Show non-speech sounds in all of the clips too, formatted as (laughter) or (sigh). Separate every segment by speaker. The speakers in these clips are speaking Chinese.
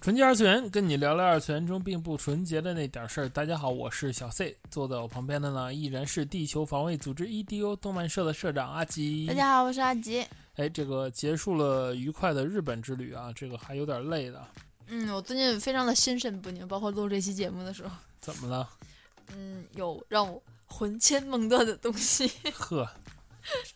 Speaker 1: 纯洁二次元，跟你聊聊二次元中并不纯洁的那点事儿。大家好，我是小 C，坐在我旁边的呢依然是地球防卫组织 EDO 动漫社的社长阿吉。
Speaker 2: 大家好，我是阿吉。
Speaker 1: 哎，这个结束了愉快的日本之旅啊，这个还有点累的，
Speaker 2: 嗯，我最近非常的心神不宁，包括录这期节目的时候，
Speaker 1: 怎么了？
Speaker 2: 嗯，有让我魂牵梦断的东西。
Speaker 1: 呵，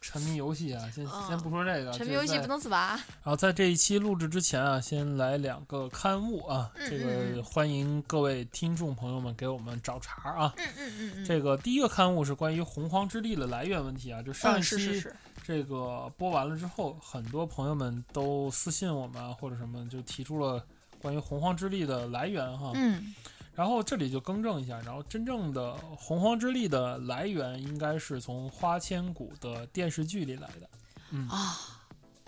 Speaker 1: 沉迷游戏
Speaker 2: (laughs)
Speaker 1: 啊，先
Speaker 2: 嗯
Speaker 1: 先不说这个，
Speaker 2: 沉迷游
Speaker 1: 这
Speaker 2: 戏
Speaker 1: 个
Speaker 2: 不
Speaker 1: 在
Speaker 2: 能自拔。
Speaker 1: 然后在这一期录制之前啊，先来两个刊物啊，
Speaker 2: 嗯
Speaker 1: 这
Speaker 2: 嗯
Speaker 1: 个
Speaker 2: 嗯
Speaker 1: 欢迎各位听众朋友们给我们找茬儿啊。
Speaker 2: 嗯嗯嗯嗯，
Speaker 1: 这个第一个刊物是关于洪荒之力的来源问题啊，就上一
Speaker 2: 嗯
Speaker 1: 期、
Speaker 2: 是是是，
Speaker 1: 这个播完了之后，很多朋友们都私信我们啊，或者什么，就提出了关于洪荒之力的来源哈。
Speaker 2: 嗯
Speaker 1: 然后这里就更正一下，然后真正的洪荒之力的来源应该是从花千骨的电视剧里来的。
Speaker 2: 啊。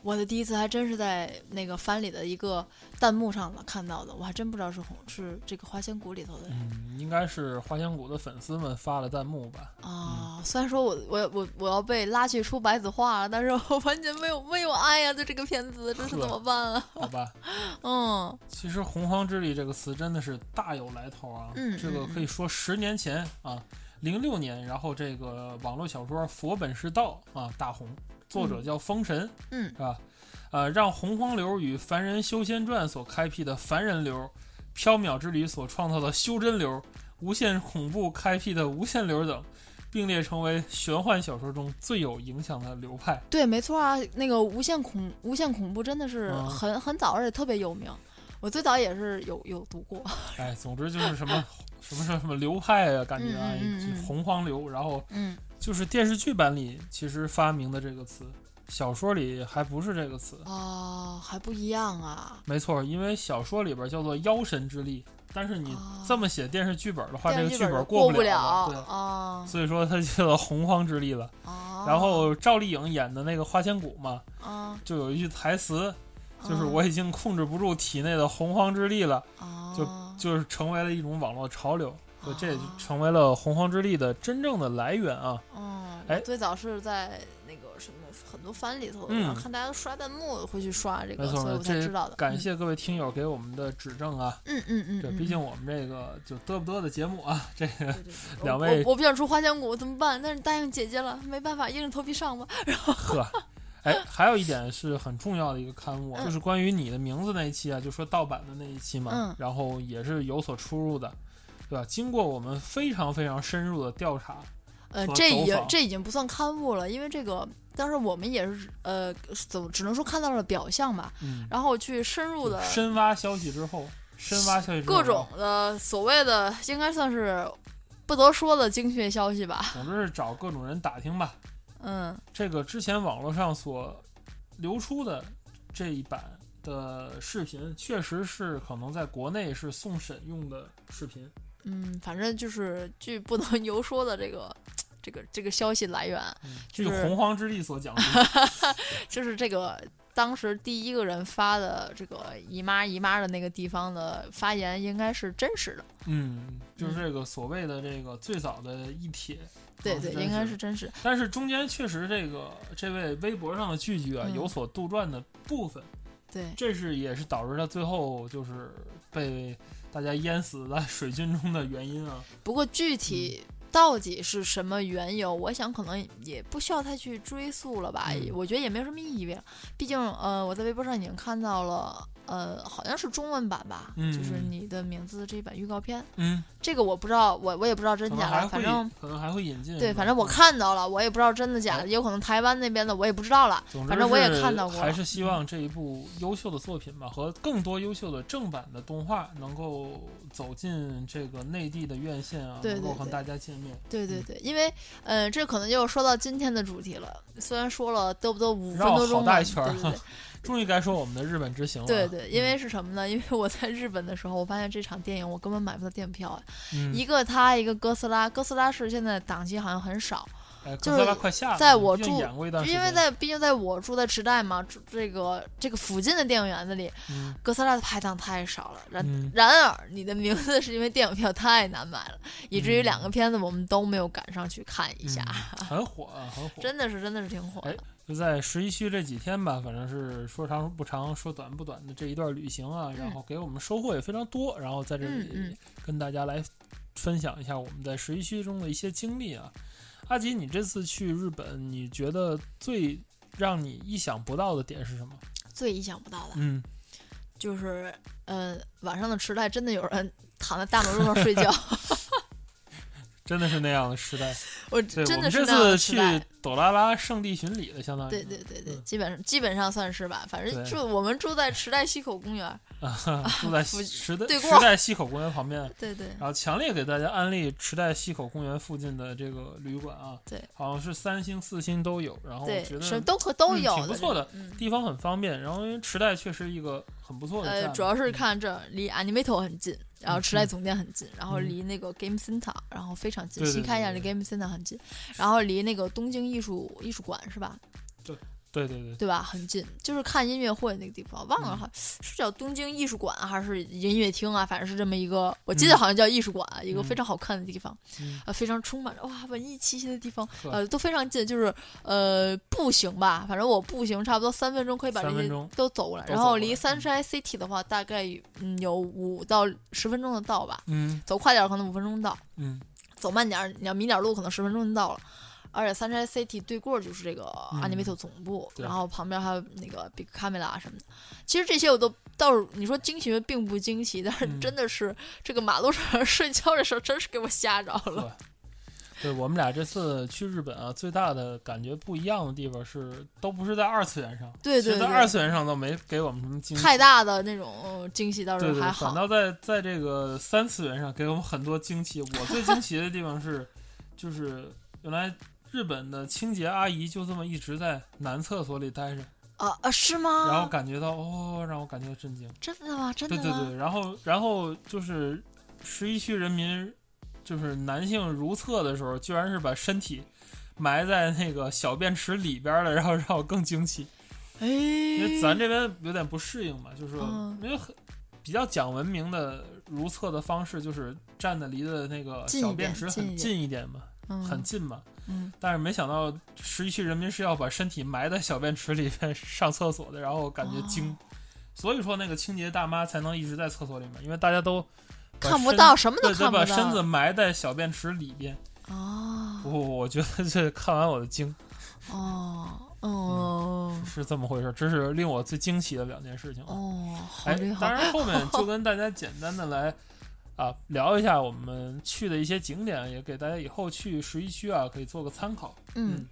Speaker 2: 我的第一次还真是在那个番里的一个弹幕上了看到的，我还真不知道是红是这个花千骨里头的
Speaker 1: 嗯，应该是花千骨的粉丝们发的弹幕吧。
Speaker 2: 啊。虽然说我我我我要被拉去出白子画了，但是我完全没有没有爱啊呀、对这个片子这是
Speaker 1: 呵
Speaker 2: 怎么办啊？
Speaker 1: 好吧，
Speaker 2: 嗯，
Speaker 1: 其实“洪荒之力”这个词真的是大有来头啊！
Speaker 2: 嗯
Speaker 1: 这个
Speaker 2: 嗯
Speaker 1: 可以说十年前啊，零六年，然后这个网络小说《佛本是道》啊大红，作者叫风神，
Speaker 2: 嗯
Speaker 1: 是吧？呃，让洪荒流与凡人修仙传所开辟的凡人流，缥缈之旅所创造的修真流，无限恐怖开辟的无限流等，并列成为玄幻小说中最有影响的流派。
Speaker 2: 对，没错啊，那个无限恐无限恐怖真的是
Speaker 1: 嗯
Speaker 2: 很、很早，而且特别有名。我最早也是有有读过，
Speaker 1: 哎，总之就是什么 (laughs) 什么什么流派啊，感觉啊，
Speaker 2: 嗯嗯嗯嗯
Speaker 1: 洪荒流，然后。
Speaker 2: 嗯
Speaker 1: 就是电视剧版里其实发明的这个词，小说里还不是这个词。
Speaker 2: 哦，还不一样啊。
Speaker 1: 没错，因为小说里边叫做妖神之力，但是你
Speaker 2: 哦
Speaker 1: 这么写电视剧本的话，这个
Speaker 2: 电视
Speaker 1: 剧
Speaker 2: 本
Speaker 1: 本
Speaker 2: 儿过
Speaker 1: 不
Speaker 2: 了
Speaker 1: 了的
Speaker 2: 啊
Speaker 1: 对，所以说它就叫做洪荒之力了。
Speaker 2: 啊！
Speaker 1: 然后赵丽颖演的那个花千骨嘛，
Speaker 2: 啊，
Speaker 1: 就有一句台词，就是
Speaker 2: 啊
Speaker 1: 我已经控制不住体内的洪荒之力了，
Speaker 2: 啊
Speaker 1: 就是成为了一种网络潮流，就这也就
Speaker 2: 哦
Speaker 1: 成为了洪荒之力的真正的来源啊。
Speaker 2: 嗯，
Speaker 1: 哎
Speaker 2: 我最早是在那个什么很多番里头，
Speaker 1: 嗯
Speaker 2: 然后看大家都刷弹幕会去刷这
Speaker 1: 没
Speaker 2: 个，
Speaker 1: 错
Speaker 2: 所以我才
Speaker 1: 这
Speaker 2: 知道的。
Speaker 1: 感谢各位听友给我们的指正啊。
Speaker 2: 嗯，嗯嗯嗯，
Speaker 1: 对，
Speaker 2: 嗯
Speaker 1: 毕竟我们这个就嘚不嘚的节目啊，这个
Speaker 2: 对对对
Speaker 1: (laughs) 两
Speaker 2: 我
Speaker 1: 位
Speaker 2: 我我不想出花千骨怎么办？但是答应姐姐了，没办法，硬着头皮上吧。
Speaker 1: 呵，哎，还有一点是很重要的一个刊物啊，
Speaker 2: 嗯
Speaker 1: 就是关于你的名字那一期啊，就说盗版的那一期嘛，
Speaker 2: 嗯
Speaker 1: 然后也是有所出入的，对吧？经过我们非常非常深入的调查，
Speaker 2: 呃，
Speaker 1: 和
Speaker 2: 这
Speaker 1: 走
Speaker 2: 已经
Speaker 1: 访
Speaker 2: 这已经不算刊物了，因为这个当时我们也是呃，总只能说看到了表象吧，
Speaker 1: 嗯，
Speaker 2: 然后去深入的
Speaker 1: 深挖消息之后，深挖消息之后，
Speaker 2: 各种，的所谓的应该算是不得说的精确消息吧，
Speaker 1: 总之是找各种人打听吧。
Speaker 2: 嗯
Speaker 1: 这个之前网络上所流出的这一版的视频，确实是可能在国内是送审用的视频。
Speaker 2: 嗯，反正就是据不能 (laughs) 游说的这个。这个这个消息来源
Speaker 1: 据
Speaker 2: 嗯就是
Speaker 1: 洪荒之力所讲述，
Speaker 2: (laughs) 就是这个当时第一个人发的这个姨妈姨妈的那个地方的发言应该是真实的，
Speaker 1: 嗯，就是这个所谓的这个最早的一帖，
Speaker 2: 对
Speaker 1: 啊
Speaker 2: 对，
Speaker 1: 真
Speaker 2: 应该
Speaker 1: 实
Speaker 2: 是真实。
Speaker 1: 但是中间确实这个这位微博上的句句啊、
Speaker 2: 嗯
Speaker 1: 有所杜撰的部分，
Speaker 2: 对，
Speaker 1: 这是也是导致他最后就是被大家淹死在水军中的原因啊。
Speaker 2: 不过具体
Speaker 1: 嗯
Speaker 2: 到底是什么缘由，我想可能也不需要太去追溯了吧，
Speaker 1: 嗯
Speaker 2: 我觉得也没有什么意义。毕竟，呃，我在微博上已经看到了，呃，好像是中文版吧，
Speaker 1: 嗯
Speaker 2: 就是你的名字这一版预告片，
Speaker 1: 嗯，
Speaker 2: 这个我不知道，我我也不知道真
Speaker 1: 可能
Speaker 2: 假
Speaker 1: 还会
Speaker 2: 了，反正。
Speaker 1: 可能还会引进，
Speaker 2: 对，
Speaker 1: 是吧
Speaker 2: 反正我
Speaker 1: 嗯哎
Speaker 2: 看到了，我也不知道真的假的，也有可能台湾那边的我也不知道了。
Speaker 1: 总之
Speaker 2: 反正我也
Speaker 1: 是
Speaker 2: 看到过了嗯
Speaker 1: 还是希望这一部优秀的作品吧，和更多优秀的正版的动画能够走进这个内地的院线啊，
Speaker 2: 对
Speaker 1: 能够
Speaker 2: 对
Speaker 1: 和
Speaker 2: 对
Speaker 1: 大家见面。
Speaker 2: 对对对，因为，呃，这可能就说到今天的主题了。虽然说了嘚不嘚五分
Speaker 1: 绕
Speaker 2: 多
Speaker 1: 好
Speaker 2: 钟
Speaker 1: 大
Speaker 2: 吧，
Speaker 1: 一圈儿
Speaker 2: 对对对，
Speaker 1: 终于该说我们的日本之行了。嗯
Speaker 2: 对对，因为是什么呢？因为我在日本的时候，我发现这场电影我根本买不到电票啊。
Speaker 1: 嗯
Speaker 2: 一个他，一个哥斯拉，哥斯拉是现在档期好像很少，
Speaker 1: 哎
Speaker 2: 就
Speaker 1: 哥斯拉
Speaker 2: 是
Speaker 1: 快下了，
Speaker 2: 在我
Speaker 1: 毕竟
Speaker 2: 住
Speaker 1: 演过一段时间，
Speaker 2: 因为在毕竟在我住在池袋嘛，住这个这个附近的电影院子里，
Speaker 1: 嗯
Speaker 2: 哥斯拉的排档太少了。然、
Speaker 1: 嗯
Speaker 2: 然而，你的名字是因为电影票太难买了，以至于两个片子我们都没有赶上去看一下，
Speaker 1: 嗯很火啊，很火。
Speaker 2: 真的是真的是挺火的。
Speaker 1: 哎就在十一区这几天吧，反正是说长不长，说短不短的这一段旅行啊，然后给我们收获也非常多。然后在这
Speaker 2: 嗯嗯
Speaker 1: 里跟大家来分享一下我们在十一区中的一些经历啊。阿吉，你这次去日本，你觉得最让你意想不到的点是什么？
Speaker 2: 最意想不到的
Speaker 1: 嗯，
Speaker 2: 就是，嗯，晚上的池袋真的有人躺在大马路上睡觉， (laughs)
Speaker 1: 真的是那样的时代。
Speaker 2: 我
Speaker 1: 对，
Speaker 2: 真
Speaker 1: 我
Speaker 2: 的
Speaker 1: 们
Speaker 2: 是
Speaker 1: 这
Speaker 2: 那样的
Speaker 1: 次
Speaker 2: 时
Speaker 1: 去
Speaker 2: 代。
Speaker 1: 朵拉拉圣地巡礼了，相当于
Speaker 2: 对对对对，
Speaker 1: 嗯
Speaker 2: 基本上基本上算是吧，反正
Speaker 1: 对
Speaker 2: 住我们住在池袋西口公园，
Speaker 1: 啊，住在
Speaker 2: 附
Speaker 1: 西池袋
Speaker 2: 对
Speaker 1: 池
Speaker 2: 过
Speaker 1: 袋西口公园旁
Speaker 2: (laughs)
Speaker 1: 边。啊
Speaker 2: 对对
Speaker 1: 然后强烈给大家安利池袋西口公园附近的这个旅馆啊，
Speaker 2: 对，
Speaker 1: 好像是三星四星都有。然后我
Speaker 2: 对
Speaker 1: 觉，
Speaker 2: 什
Speaker 1: 得
Speaker 2: 么都可都
Speaker 1: 嗯
Speaker 2: 有
Speaker 1: 挺不错
Speaker 2: 这
Speaker 1: 的
Speaker 2: 种嗯。
Speaker 1: 地方很方便，然后因为池袋确实一个很不错的
Speaker 2: 呃
Speaker 1: 站，嘛
Speaker 2: 主要是看这儿离 Animato 很近，然后
Speaker 1: 嗯
Speaker 2: 池袋
Speaker 1: 嗯
Speaker 2: 总店很近，然后
Speaker 1: 嗯
Speaker 2: 离那个 Game Center 然后非常近，
Speaker 1: 对对
Speaker 2: 新开
Speaker 1: 对
Speaker 2: 业的
Speaker 1: 对
Speaker 2: Game Center 很近，然后离那个东京艺术艺术馆是吧？
Speaker 1: 对对对，
Speaker 2: 对吧？很近，就是看音乐会那个地方，忘了
Speaker 1: 嗯
Speaker 2: 好、是叫东京艺术馆啊还是音乐厅啊，反正是这么一个，我记得好像叫艺术馆，啊一个
Speaker 1: 嗯
Speaker 2: 非常好看的地方，
Speaker 1: 嗯
Speaker 2: 呃，非常充满着哇文艺气息的地方，
Speaker 1: 呵
Speaker 2: 呃，都非常近，就是呃步行吧，反正我步行差不多三分钟可以把这
Speaker 1: 三分
Speaker 2: 些
Speaker 1: 钟
Speaker 2: 都走过来，
Speaker 1: 都
Speaker 2: 然
Speaker 1: 走
Speaker 2: 后
Speaker 1: 过
Speaker 2: 离
Speaker 1: 来嗯
Speaker 2: 三山 City 的话，大概嗯有五到十分钟的到吧，
Speaker 1: 嗯
Speaker 2: 走快点儿可能五分钟到，
Speaker 1: 嗯
Speaker 2: 走慢点儿，你要迷点儿路，可能十分钟就到了。而且三山 City 对过儿就是这个
Speaker 1: 嗯
Speaker 2: Animato 总部，
Speaker 1: 对
Speaker 2: 然后旁边还有那个 Big Camera 什么的。其实这些我都倒是你说惊奇并不惊奇，但是
Speaker 1: 嗯
Speaker 2: 真的是、这个马路上睡觉的时候，真是给我吓着
Speaker 1: 哦
Speaker 2: 了。
Speaker 1: 对我们俩这次去日本啊，最大的感觉不一样的地方是，都不是在二次元上，
Speaker 2: 对
Speaker 1: 其
Speaker 2: 对
Speaker 1: 实在二
Speaker 2: 对，
Speaker 1: 次元上倒没给我们什么惊喜，
Speaker 2: 太大的那种呃惊喜倒
Speaker 1: 对
Speaker 2: 是
Speaker 1: 对，
Speaker 2: 还
Speaker 1: 反
Speaker 2: 好。
Speaker 1: 倒在在这个三次元上给我们很多惊奇。我最惊奇的地方是， (laughs) 就是原来日本的清洁阿姨就这么一直在男厕所里待着，
Speaker 2: 啊啊，是
Speaker 1: 然后
Speaker 2: 吗？
Speaker 1: 感觉到哦，让我感觉震惊。
Speaker 2: 真的吗？真的
Speaker 1: 对
Speaker 2: 吗？
Speaker 1: 对对，然后然后就是十一区人民，就是男性如厕的时候，居然是把身体。埋在那个小便池里边了，然后让我更惊奇，因为
Speaker 2: 哎，
Speaker 1: 咱这边有点不适应嘛，就是说
Speaker 2: 嗯
Speaker 1: 因为很比较讲文明的如厕的方式，就是站的离的那个
Speaker 2: 近
Speaker 1: 小
Speaker 2: 一
Speaker 1: 便池
Speaker 2: 点近
Speaker 1: 很
Speaker 2: 一点
Speaker 1: 近一点嘛，
Speaker 2: 嗯
Speaker 1: 很近嘛。
Speaker 2: 嗯，
Speaker 1: 但是没想到十一区人民是要把身体埋在小便池里面上厕所的，然后感觉惊，
Speaker 2: 哦
Speaker 1: 所以说那个清洁大妈才能一直在厕所里面，因为大家都把
Speaker 2: 看不
Speaker 1: 身
Speaker 2: 到，，什么都
Speaker 1: 对，
Speaker 2: 看
Speaker 1: 对，
Speaker 2: 不到。啊
Speaker 1: 把身子埋在小便池里边。
Speaker 2: 哦
Speaker 1: 不、我觉得这看完我的惊
Speaker 2: 哦哦
Speaker 1: 是这么回事，这是令我最惊奇的两件事情。
Speaker 2: 哦，好
Speaker 1: 哎
Speaker 2: 厉，害
Speaker 1: 当！然后面就跟大家简单的
Speaker 2: (laughs)
Speaker 1: 来啊聊一下我们去的一些景点，也给大家以后去十一区啊可以做个参考。
Speaker 2: 嗯
Speaker 1: 嗯，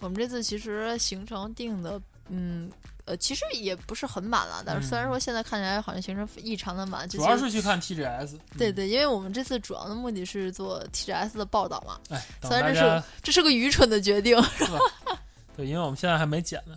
Speaker 2: 我们这次其实行程定的，嗯，呃，其实也不是很满了，但是虽
Speaker 1: 嗯
Speaker 2: 然说现在看起来好像行程异常的满，就
Speaker 1: 主要是去看 TGS，
Speaker 2: 对
Speaker 1: 嗯，
Speaker 2: 对，因为我们这次主要的目的是做 TGS 的报道嘛，
Speaker 1: 哎，等
Speaker 2: 虽然
Speaker 1: 大
Speaker 2: 这
Speaker 1: 家
Speaker 2: 这是个愚蠢的决定， (laughs)
Speaker 1: 对，因为我们现在还没剪呢，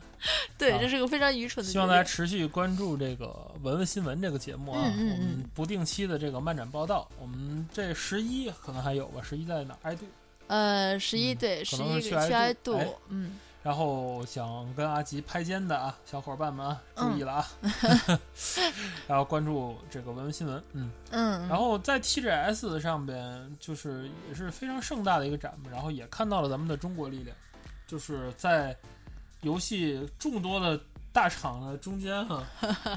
Speaker 2: 对，
Speaker 1: 啊
Speaker 2: 这是个非常愚蠢的决定。
Speaker 1: 希望大家持续关注这个文文新闻这个节目啊，
Speaker 2: 嗯嗯嗯
Speaker 1: 我们不定期的这个漫展报道，我们这十一可能还有吧，十一在哪儿？哎对，
Speaker 2: 呃，十一
Speaker 1: 嗯
Speaker 2: 对
Speaker 1: 可
Speaker 2: 十
Speaker 1: 能
Speaker 2: 一
Speaker 1: 是
Speaker 2: 去
Speaker 1: 去埃
Speaker 2: 埃
Speaker 1: 杜哎
Speaker 2: 杜，嗯，
Speaker 1: 然后想跟阿吉拍肩的啊，小伙伴们啊，注意了啊， (laughs) 然后关注这个文文新闻，嗯。
Speaker 2: 嗯，
Speaker 1: 然后在 TGS 上边，就是也是非常盛大的一个展嘛，然后也看到了咱们的中国力量，就是在游戏众多的大厂的中间哈、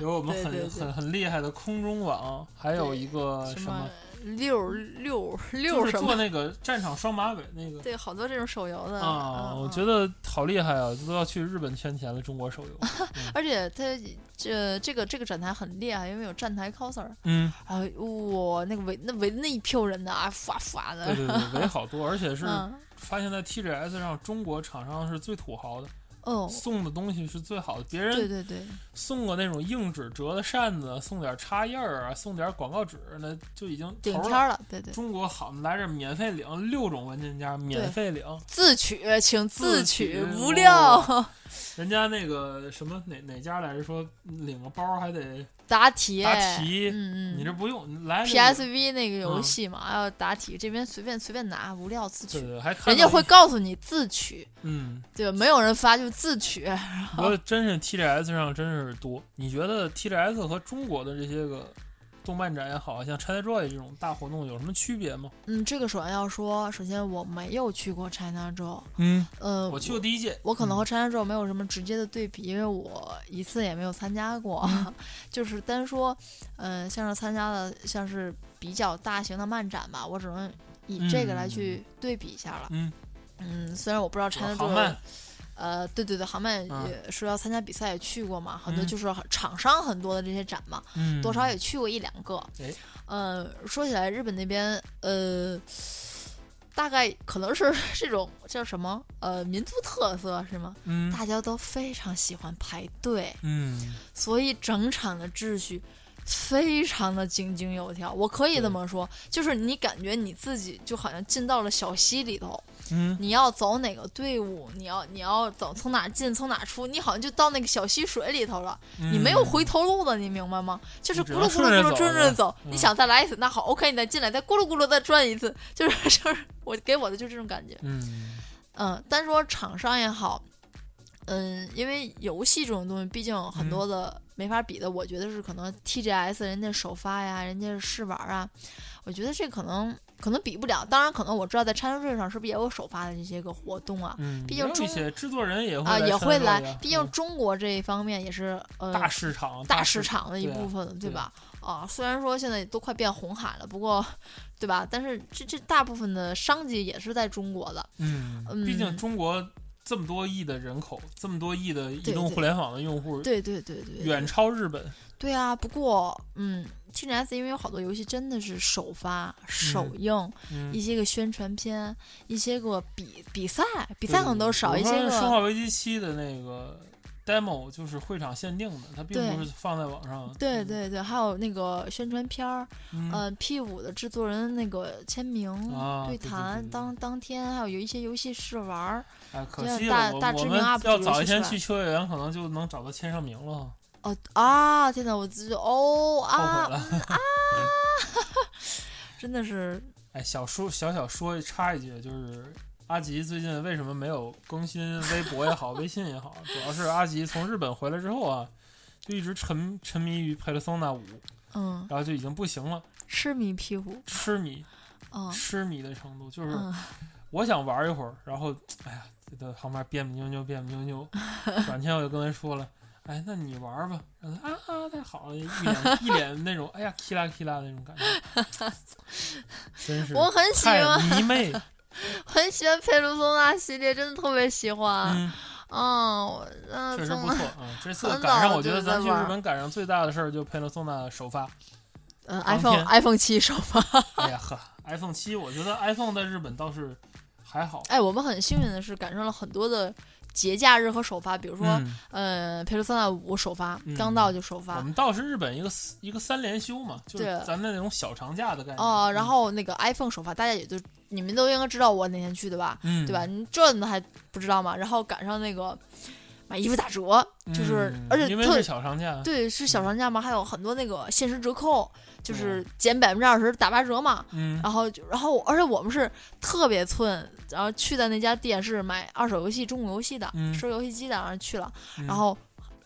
Speaker 1: 有我们很
Speaker 2: (laughs) 对对对
Speaker 1: 很很厉害的空中网，还有
Speaker 2: 对
Speaker 1: 一个
Speaker 2: 什
Speaker 1: 呃什么，
Speaker 2: 六六
Speaker 1: 就
Speaker 2: 六
Speaker 1: 是
Speaker 2: 什
Speaker 1: 做
Speaker 2: 么？
Speaker 1: 那个战场双马尾那个。
Speaker 2: 对，好多这种手游的嗯
Speaker 1: 啊，我
Speaker 2: 得。
Speaker 1: 觉得好厉害啊！都要去日本圈钱了，中国手
Speaker 2: (laughs)
Speaker 1: 游。
Speaker 2: 而且它这这个这个展台很厉害，因为有站台 coser，
Speaker 1: 嗯，
Speaker 2: 然后哇，哎那个围那围那一票人呐，啊，唰唰
Speaker 1: 对
Speaker 2: 的，
Speaker 1: 对对，围好多，而且是
Speaker 2: 嗯，
Speaker 1: 发现在 TGS 上，中国厂商是最土豪的。
Speaker 2: 哦，
Speaker 1: 送的东西是最好的。别
Speaker 2: 对
Speaker 1: 人
Speaker 2: 对对，
Speaker 1: 送个那种硬纸折的扇子，送点插叶儿啊，送点广告纸，那就已经
Speaker 2: 顶
Speaker 1: 头
Speaker 2: 天
Speaker 1: 了。
Speaker 2: 儿了，对对，
Speaker 1: 中国好，来这儿免费领六种文件夹，免费领。
Speaker 2: 自取，请自取，
Speaker 1: 自取
Speaker 2: 无料
Speaker 1: 人家那个什么哪哪家来着说领个包还得，
Speaker 2: (laughs) 答题，
Speaker 1: 答题
Speaker 2: 嗯嗯，
Speaker 1: 你这不用你来这个
Speaker 2: PSV 那个游戏嘛，还有答题，这边随便随便拿，无料自
Speaker 1: 嗯对
Speaker 2: 取，
Speaker 1: 对，还看
Speaker 2: 人家
Speaker 1: 到
Speaker 2: 会告诉你自取，
Speaker 1: 嗯。
Speaker 2: 对吧？没有人发就自取，
Speaker 1: 不过真是 TGS 上真是多。你觉得 TGS 和中国的这些个动漫展也好，像 ChinaJoy 这种大活动有什么区别吗？
Speaker 2: 嗯，这个首先要说，首先我没有去过 China Joe，
Speaker 1: 嗯，
Speaker 2: 呃，
Speaker 1: 我去过第一届，
Speaker 2: 我可能和 China Joe 没有什么直接的对比，因为我一次也没有参加过。
Speaker 1: 嗯
Speaker 2: (laughs) 就是单说，呃，像是参加的像是比较大型的漫展吧，我只能以这个来去对比一下了。
Speaker 1: 嗯
Speaker 2: 嗯虽然我不知道 China
Speaker 1: 航
Speaker 2: Joe，
Speaker 1: 漫，
Speaker 2: 呃，对对对，航漫
Speaker 1: 嗯
Speaker 2: 也说要参加比赛也去过嘛，很多
Speaker 1: 嗯
Speaker 2: 就是厂商很多的这些展嘛，
Speaker 1: 嗯，
Speaker 2: 多少也去过一两个。
Speaker 1: 哎
Speaker 2: 呃，说起来日本那边，呃，大概可能是 (laughs) 这种叫什么呃民族特色是吗？
Speaker 1: 嗯
Speaker 2: 大家都非常喜欢排队，
Speaker 1: 嗯，
Speaker 2: 所以整场的秩序。非常的井井有条，我可以这
Speaker 1: 对
Speaker 2: 么说，就是你感觉你自己就好像进到了小溪里头，
Speaker 1: 嗯，
Speaker 2: 你要走哪个队伍，你要你要走从哪进从哪出，你好像就到那个小溪水里头了，
Speaker 1: 嗯
Speaker 2: 你没有回头路的，你明白吗？就是咕噜咕噜咕噜
Speaker 1: 你只能
Speaker 2: 转
Speaker 1: 顺着走
Speaker 2: 着走，
Speaker 1: 嗯
Speaker 2: 你想再来一次，那好，OK，你再进来，再咕噜咕噜再转一次，就是 (laughs) 就是我给我的就这种感觉。
Speaker 1: 嗯，
Speaker 2: 嗯，单说厂商也好，嗯，因为游戏这种东西，毕竟
Speaker 1: 嗯
Speaker 2: 很多的没法比的，我觉得是可能 TGS 人家首发呀，人家试玩啊，我觉得这可能可能比不了。当然，可能我知道在 China Joy 上是不是也有首发的这些个活动啊？
Speaker 1: 嗯，
Speaker 2: 毕竟
Speaker 1: 也有
Speaker 2: 中
Speaker 1: 一些制作人嗯也会
Speaker 2: 啊，也会
Speaker 1: ChinaJoy
Speaker 2: 来
Speaker 1: 呀，
Speaker 2: 毕竟
Speaker 1: 嗯
Speaker 2: 中国这一方面也是呃
Speaker 1: 大市场，
Speaker 2: 大
Speaker 1: 市，
Speaker 2: 市场的一
Speaker 1: 对啊
Speaker 2: 部分了，对
Speaker 1: 对
Speaker 2: 吧？啊，虽然说现在都快变红海了，不过，对吧？但是这这大部分的商机也是在中国的，
Speaker 1: 嗯
Speaker 2: 嗯，
Speaker 1: 毕竟中国这么多亿的人口，这么多亿的移
Speaker 2: 对
Speaker 1: 动
Speaker 2: 对
Speaker 1: 互联网的用户，
Speaker 2: 对对对对，
Speaker 1: 远超日本，
Speaker 2: 对啊。不过，嗯，TGS 因为有好多游戏真的是首发、首映，
Speaker 1: 嗯
Speaker 2: 一。些个宣传片，一些个比比赛，比赛可能都少，一
Speaker 1: 比
Speaker 2: 些
Speaker 1: 如说生化
Speaker 2: 个
Speaker 1: 危机七》的那个 demo 就是会场限定的，它并不
Speaker 2: 对
Speaker 1: 是放在网上。
Speaker 2: 对，对对，还有那个宣传片儿，
Speaker 1: 嗯，
Speaker 2: 嗯，P 五的制作人那个签名、
Speaker 1: 啊
Speaker 2: 对
Speaker 1: 对对
Speaker 2: 谈，
Speaker 1: 对对
Speaker 2: 当当天还有有一些游戏试玩儿。
Speaker 1: 哎，可
Speaker 2: 像
Speaker 1: 惜
Speaker 2: 大
Speaker 1: 了，我
Speaker 2: 大知
Speaker 1: 我
Speaker 2: 名
Speaker 1: 们
Speaker 2: UP 主
Speaker 1: 要早
Speaker 2: 游
Speaker 1: 一
Speaker 2: 戏
Speaker 1: 天
Speaker 2: 是
Speaker 1: 去秋叶原，可能就能找到签上名了，
Speaker 2: 哦啊！天呐，我自己哦
Speaker 1: 后
Speaker 2: 啊
Speaker 1: 悔，了。
Speaker 2: 真的是
Speaker 1: 哎，小说小小说插一句，就是阿吉最近为什么没有更新微博也好，微信也好，主要是阿吉从日本回来之后啊，就一直沉沉迷于《Persona 五》，
Speaker 2: 嗯，
Speaker 1: 然后就已经不行了，
Speaker 2: 痴迷屁股，
Speaker 1: 痴迷
Speaker 2: 嗯
Speaker 1: 痴迷的程度，就是
Speaker 2: 嗯，
Speaker 1: 我想玩一会儿，然后哎呀，就在旁边别别扭扭，别别扭扭。转天我就跟他说了，哎，那你玩吧。然后他啊啊，太好了，一脸一脸那种哎呀，踢啦踢啦那种感觉，
Speaker 2: (laughs)
Speaker 1: 真是
Speaker 2: 我很喜
Speaker 1: 太
Speaker 2: 欢，
Speaker 1: 迷妹。
Speaker 2: 很喜欢佩鲁松纳系列，真的特别喜欢。
Speaker 1: 嗯，
Speaker 2: 嗯，我嗯，
Speaker 1: 确实
Speaker 2: 从
Speaker 1: 不错啊。这次
Speaker 2: 很早
Speaker 1: 赶上，我
Speaker 2: 就
Speaker 1: 觉得
Speaker 2: 在
Speaker 1: 咱去
Speaker 2: 玩
Speaker 1: 日本赶上最大的事儿就佩洛松纳首
Speaker 2: (laughs)
Speaker 1: 发。当
Speaker 2: 嗯，iPhone
Speaker 1: 天
Speaker 2: iPhone 七首发。
Speaker 1: 哎呀呵，iPhone 七，我觉得 iPhone 在日本倒是还好。
Speaker 2: 哎，我们很幸运的是赶上了很多的节假日和首发，比如说
Speaker 1: 嗯，
Speaker 2: 呃，佩鲁松纳五首发，
Speaker 1: 嗯
Speaker 2: 刚到就首
Speaker 1: 我
Speaker 2: 发。
Speaker 1: 们倒是日本一个四一个三连休嘛，就是
Speaker 2: 对
Speaker 1: 咱的那种小长假的概念。
Speaker 2: 哦，然
Speaker 1: 嗯
Speaker 2: 后那个 iPhone 首发，大家也就你们都应该知道我哪天去的吧？
Speaker 1: 嗯，
Speaker 2: 对吧？你这你都还不知道吗？然后赶上那个买衣服打折，就是
Speaker 1: 嗯
Speaker 2: 而且
Speaker 1: 因为
Speaker 2: 特
Speaker 1: 是小嗯长假，
Speaker 2: 对，是小长假嘛，还有很多那个限时折扣，就是减百分之二十打八折嘛。
Speaker 1: 嗯，
Speaker 2: 然后就，然后而且我们是特别寸，然后去的那家店是买二手游戏、中古游戏的，
Speaker 1: 嗯
Speaker 2: 收游戏机的，然后去了，
Speaker 1: 嗯
Speaker 2: 然后。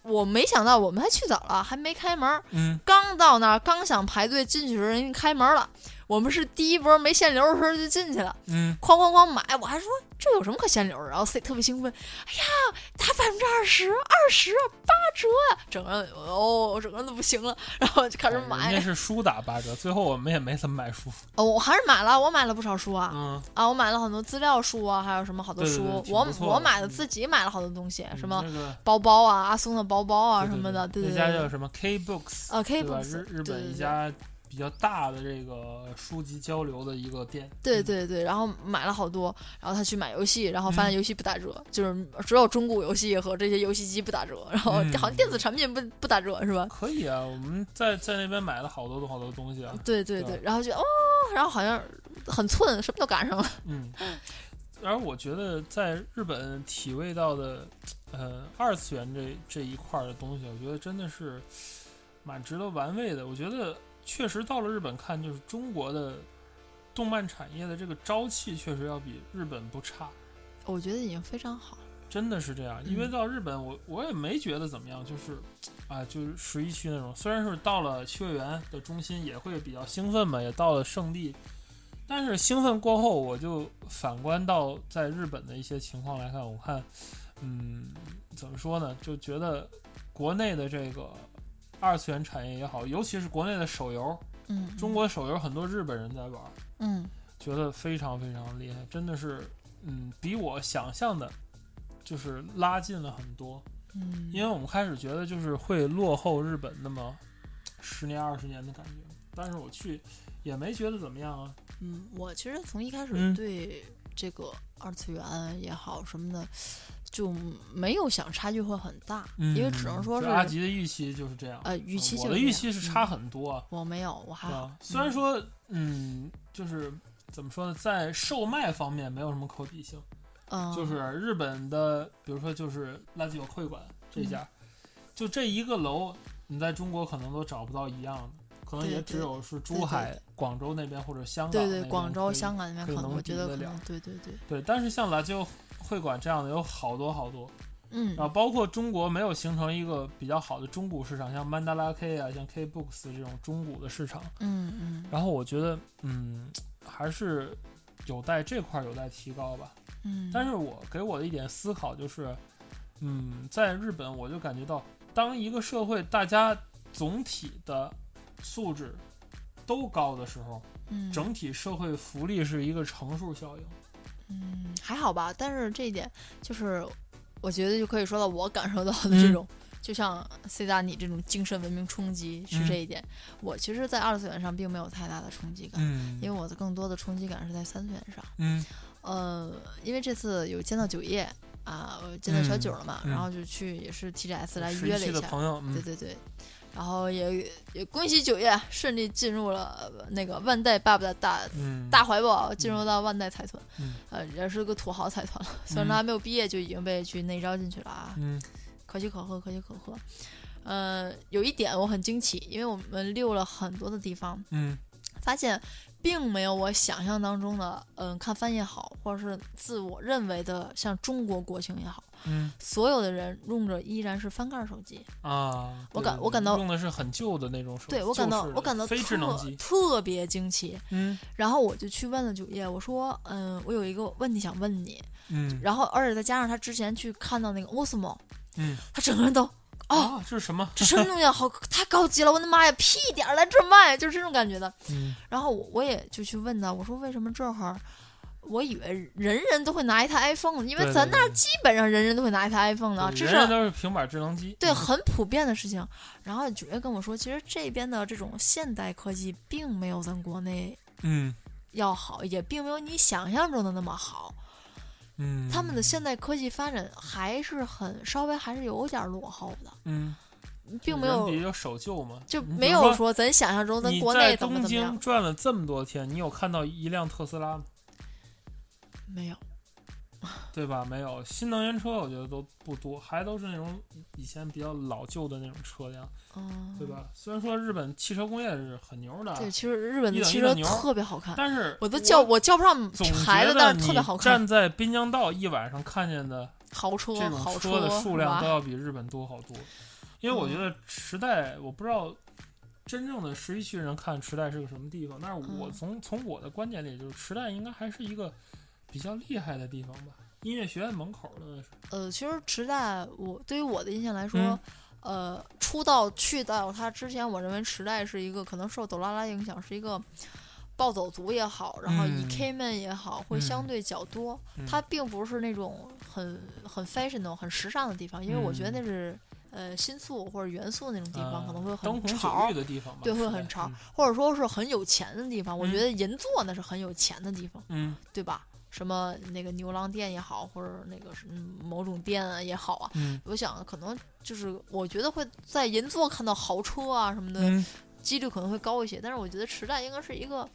Speaker 2: 我没想到，我们还去早了，还没开门儿。
Speaker 1: 嗯，
Speaker 2: 刚到那儿，刚想排队进去的时候，人家开门了。我们是第一波没限流的时候就进去了。
Speaker 1: 嗯
Speaker 2: 哐哐哐买，我还说这有什么可限流的？然后 C 特别兴奋，哎呀，打百分之二十，二十八折，整个人哦，我整个人都不行了，然后就开始
Speaker 1: 哎人
Speaker 2: 买
Speaker 1: 家。是书打八折，最后我们也没怎么买书，
Speaker 2: 哦，我还是买了，我买了不少书啊，
Speaker 1: 嗯，
Speaker 2: 啊，我买了很多资料书啊，还有什么好多
Speaker 1: 对对
Speaker 2: 书，
Speaker 1: 对挺
Speaker 2: 我
Speaker 1: 不错的
Speaker 2: 我买了
Speaker 1: 嗯
Speaker 2: 自己买了好多东西，什么
Speaker 1: 那个
Speaker 2: 包包啊，阿松的包包啊
Speaker 1: 对
Speaker 2: 什么的，对
Speaker 1: 对
Speaker 2: 对
Speaker 1: 那家叫
Speaker 2: 对。
Speaker 1: 什么 K Books，
Speaker 2: 呃，K
Speaker 1: 对吧？
Speaker 2: books，
Speaker 1: 日日
Speaker 2: 对
Speaker 1: 本
Speaker 2: 对
Speaker 1: 一
Speaker 2: 对
Speaker 1: 家比较大的这个书籍交流的一个店。
Speaker 2: 对
Speaker 1: 嗯，
Speaker 2: 对对，然后买了好多，然后他去买游戏，然后发现
Speaker 1: 嗯
Speaker 2: 游戏不打折，就是只有中古游戏和这些游戏机不打折，然后
Speaker 1: 嗯
Speaker 2: 好像电子产品不不打折是吧？
Speaker 1: 可以啊，我们在在那边买了好多好多东西啊。
Speaker 2: 对对
Speaker 1: 对
Speaker 2: 对，然后就哦，然后好像很寸，什么都赶上了。 (laughs)
Speaker 1: 嗯，而我觉得在日本体味到的，呃，二次元这这一块儿的东西，我觉得真的是蛮值得玩味的。我觉得确实到了日本看，就是中国的动漫产业的这个朝气，确实要比日本不差，
Speaker 2: 我觉得已经非常好了。
Speaker 1: 真的是这样。
Speaker 2: 嗯
Speaker 1: 因为到日本我，我也没觉得怎么样，就是啊、就是十一区那种，虽然是到了秋叶原的中心也会比较兴奋嘛，也到了圣地，但是兴奋过后，我就反观到在日本的一些情况来看，我看，嗯，怎么说呢，就觉得国内的这个二次元产业也好，尤其是国内的手游，
Speaker 2: 嗯，
Speaker 1: 中国手游很多日本人在玩，
Speaker 2: 嗯
Speaker 1: 觉得非常非常厉害，真的是，嗯，比我想象的，就是拉近了很多。
Speaker 2: 嗯，
Speaker 1: 因为我们开始觉得就是会落后日本那么十年二十年的感觉，但是我去也没觉得怎么样啊。
Speaker 2: 嗯，我其实从一开始
Speaker 1: 嗯
Speaker 2: 对这个二次元也好什么的，就没有想差距会很大，因为只能说是
Speaker 1: 嗯就阿吉的预期就是这样，嗯
Speaker 2: 呃预期
Speaker 1: 我
Speaker 2: 性。嗯
Speaker 1: 的预期是差，很多啊，
Speaker 2: 我没有，我还
Speaker 1: 对
Speaker 2: 好。
Speaker 1: 吧？虽然说，嗯，就是怎么说呢，在售卖方面没有什么可比性，
Speaker 2: 嗯，
Speaker 1: 就是日本的，比如说就是垃圾有会馆这家，
Speaker 2: 嗯
Speaker 1: 就这一个楼，你在中国可能都找不到一样的，可能
Speaker 2: 对
Speaker 1: 也
Speaker 2: 对
Speaker 1: 只有是
Speaker 2: 对
Speaker 1: 珠
Speaker 2: 对
Speaker 1: 海、广州那边或者香港
Speaker 2: 对
Speaker 1: 那
Speaker 2: 对，
Speaker 1: 边
Speaker 2: 广州、
Speaker 1: 可以
Speaker 2: 香港那
Speaker 1: 可以
Speaker 2: 边可能
Speaker 1: 能
Speaker 2: 我觉得
Speaker 1: 比得
Speaker 2: 可
Speaker 1: 了
Speaker 2: 能对对对，
Speaker 1: 对，但是像蓝鲸会馆这样的有好多好多，
Speaker 2: 嗯
Speaker 1: 然后包括中国没有形成一个比较好的中古市场，像曼达拉 K 啊，像 K Books 这种中古的市场。
Speaker 2: 嗯嗯
Speaker 1: 然后我觉得，嗯，还是有待这块儿有待提高吧。
Speaker 2: 嗯，
Speaker 1: 但是我给我的一点思考就是，嗯，在日本我就感觉到，当一个社会大家总体的素质都高的时候，
Speaker 2: 嗯
Speaker 1: 整体社会福利是一个乘数效应。
Speaker 2: 嗯，还好吧，但是这一点就是，我觉得就可以说到我感受到的
Speaker 1: 嗯
Speaker 2: 这种，就像 C 大你这种精神文明冲击
Speaker 1: 嗯
Speaker 2: 是这一点。我其实，在二次元上并没有太大的冲击感，
Speaker 1: 嗯
Speaker 2: 因为我的更多的冲击感是在三次元上。
Speaker 1: 嗯
Speaker 2: 呃，因为这次有见到九叶啊，我见到小九了嘛，
Speaker 1: 嗯嗯
Speaker 2: 然后就去也是 TGS 来
Speaker 1: 十
Speaker 2: 约
Speaker 1: 一
Speaker 2: 了
Speaker 1: 区
Speaker 2: 一
Speaker 1: 的
Speaker 2: 下，
Speaker 1: 朋友，
Speaker 2: 对
Speaker 1: 嗯，
Speaker 2: 对对。然后也也恭喜九叶顺利进入了呃那个万代爸爸的大
Speaker 1: 嗯，
Speaker 2: 大怀抱进入到万代财团，
Speaker 1: 嗯
Speaker 2: 呃，也是个土豪财团了。虽然他还没有毕业，就已经被去内招进去了啊，
Speaker 1: 嗯
Speaker 2: 可喜可贺，可喜可贺。呃，有一点我很惊奇，因为我们溜了很多的地方，
Speaker 1: 嗯
Speaker 2: 发现并没有我想象当中的，嗯、看番也好，或者是自我认为的像中国国情也好，
Speaker 1: 嗯
Speaker 2: 所有的人用着依然是翻盖手机，
Speaker 1: 啊，
Speaker 2: 我
Speaker 1: 对
Speaker 2: 感
Speaker 1: 对
Speaker 2: 我感到
Speaker 1: 用的是很旧的那种手机，
Speaker 2: 对我感到
Speaker 1: 旧式的
Speaker 2: 我感到
Speaker 1: 非智能
Speaker 2: 特
Speaker 1: 机，
Speaker 2: 特别惊奇。
Speaker 1: 嗯
Speaker 2: 然后我就去问了九叶，我说，嗯、我有一个问题想问你，
Speaker 1: 嗯
Speaker 2: 然后而且再加上他之前去看到那个 Osmo，
Speaker 1: 嗯，
Speaker 2: 他整个人都
Speaker 1: 啊，这是什么？
Speaker 2: 这什么东西啊，好太高级了，我的妈呀，屁点儿来这儿卖，就是这种感觉的。
Speaker 1: 嗯
Speaker 2: 然后我我也就去问他，我说为什么这会儿？我以为人人都会拿一台 iPhone，因为
Speaker 1: 对
Speaker 2: 咱
Speaker 1: 对
Speaker 2: 那儿
Speaker 1: 对
Speaker 2: 基本上人人都会拿一台 iPhone 呢，
Speaker 1: 对
Speaker 2: 啊这
Speaker 1: 人人
Speaker 2: 是
Speaker 1: 都是平板智能机，
Speaker 2: 对
Speaker 1: 嗯
Speaker 2: 很普遍的事情。然后九月跟我说，其实这边的这种现代科技并没有咱国内
Speaker 1: 嗯
Speaker 2: 要好，也并没有你想象中的那么好。
Speaker 1: 嗯，
Speaker 2: 他们的现代科技发展还是很稍微还是有点儿落后的。
Speaker 1: 嗯
Speaker 2: 并没
Speaker 1: 人
Speaker 2: 有
Speaker 1: 比较守旧嘛，
Speaker 2: 就
Speaker 1: 你比
Speaker 2: 没
Speaker 1: 如
Speaker 2: 有
Speaker 1: 说。
Speaker 2: 说咱想象中咱
Speaker 1: 你
Speaker 2: 国
Speaker 1: 在
Speaker 2: 内怎么
Speaker 1: 东
Speaker 2: 怎么
Speaker 1: 京
Speaker 2: 样，
Speaker 1: 转了这么多天，你有看到一辆特斯拉吗？
Speaker 2: 没有。
Speaker 1: 对吧？没有，新能源车我觉得都不多，还都是那种以前比较老旧的那种车辆，
Speaker 2: 嗯，
Speaker 1: 对？吧？虽然说日本汽车工业是很牛的，
Speaker 2: 对，其实日本
Speaker 1: 一
Speaker 2: 的
Speaker 1: 等
Speaker 2: 汽
Speaker 1: 一等
Speaker 2: 车
Speaker 1: 牛
Speaker 2: 特别好看，
Speaker 1: 但是
Speaker 2: 我都叫我叫不上
Speaker 1: 总
Speaker 2: 牌
Speaker 1: 觉
Speaker 2: 子，
Speaker 1: 得
Speaker 2: 但
Speaker 1: 你
Speaker 2: 是特别好看，
Speaker 1: 站在滨江道一晚上看见的
Speaker 2: 豪车
Speaker 1: 这、种
Speaker 2: 豪
Speaker 1: 车的数量都
Speaker 2: 是吧？嗯
Speaker 1: 要比日本多好
Speaker 2: (laughs)
Speaker 1: 多，因为我觉得池袋，我不知道真正的十一区人看池袋是个什么地方，但是我
Speaker 2: 嗯
Speaker 1: 从从我的观点里，就是池袋应该还是一个比较厉害的地方吧，音乐学院门口儿的是，
Speaker 2: 呃，其实池袋，我对于我的印象来说。
Speaker 1: 嗯
Speaker 2: 呃，出道去到它之前，我认为池袋是一个可能受朵拉拉影响，是一个暴走族也好，然后
Speaker 1: 嗯
Speaker 2: E K 们也好，会相
Speaker 1: 嗯
Speaker 2: 对较多。
Speaker 1: 嗯嗯
Speaker 2: 它并不是那种很很 fashion 的、很时尚的地方，因为我觉得那是、呃新宿或者元素那种地方，
Speaker 1: 呃
Speaker 2: 可能会
Speaker 1: 灯
Speaker 2: 很
Speaker 1: 红酒
Speaker 2: 潮
Speaker 1: 绿，的地方吧，
Speaker 2: 对，会
Speaker 1: 是
Speaker 2: 很
Speaker 1: 的
Speaker 2: 潮，或者说是很有钱的地方。我
Speaker 1: 嗯
Speaker 2: 觉得银座那是很有钱的地方，
Speaker 1: 嗯，
Speaker 2: 对吧？什么那个牛郎店也好，或者那个是嗯某种店啊也好啊，
Speaker 1: 嗯
Speaker 2: 我想可能就是我觉得会在银座看到豪车啊什么的，
Speaker 1: 嗯
Speaker 2: 几率可能会高一些。但是我觉得池袋应该是一个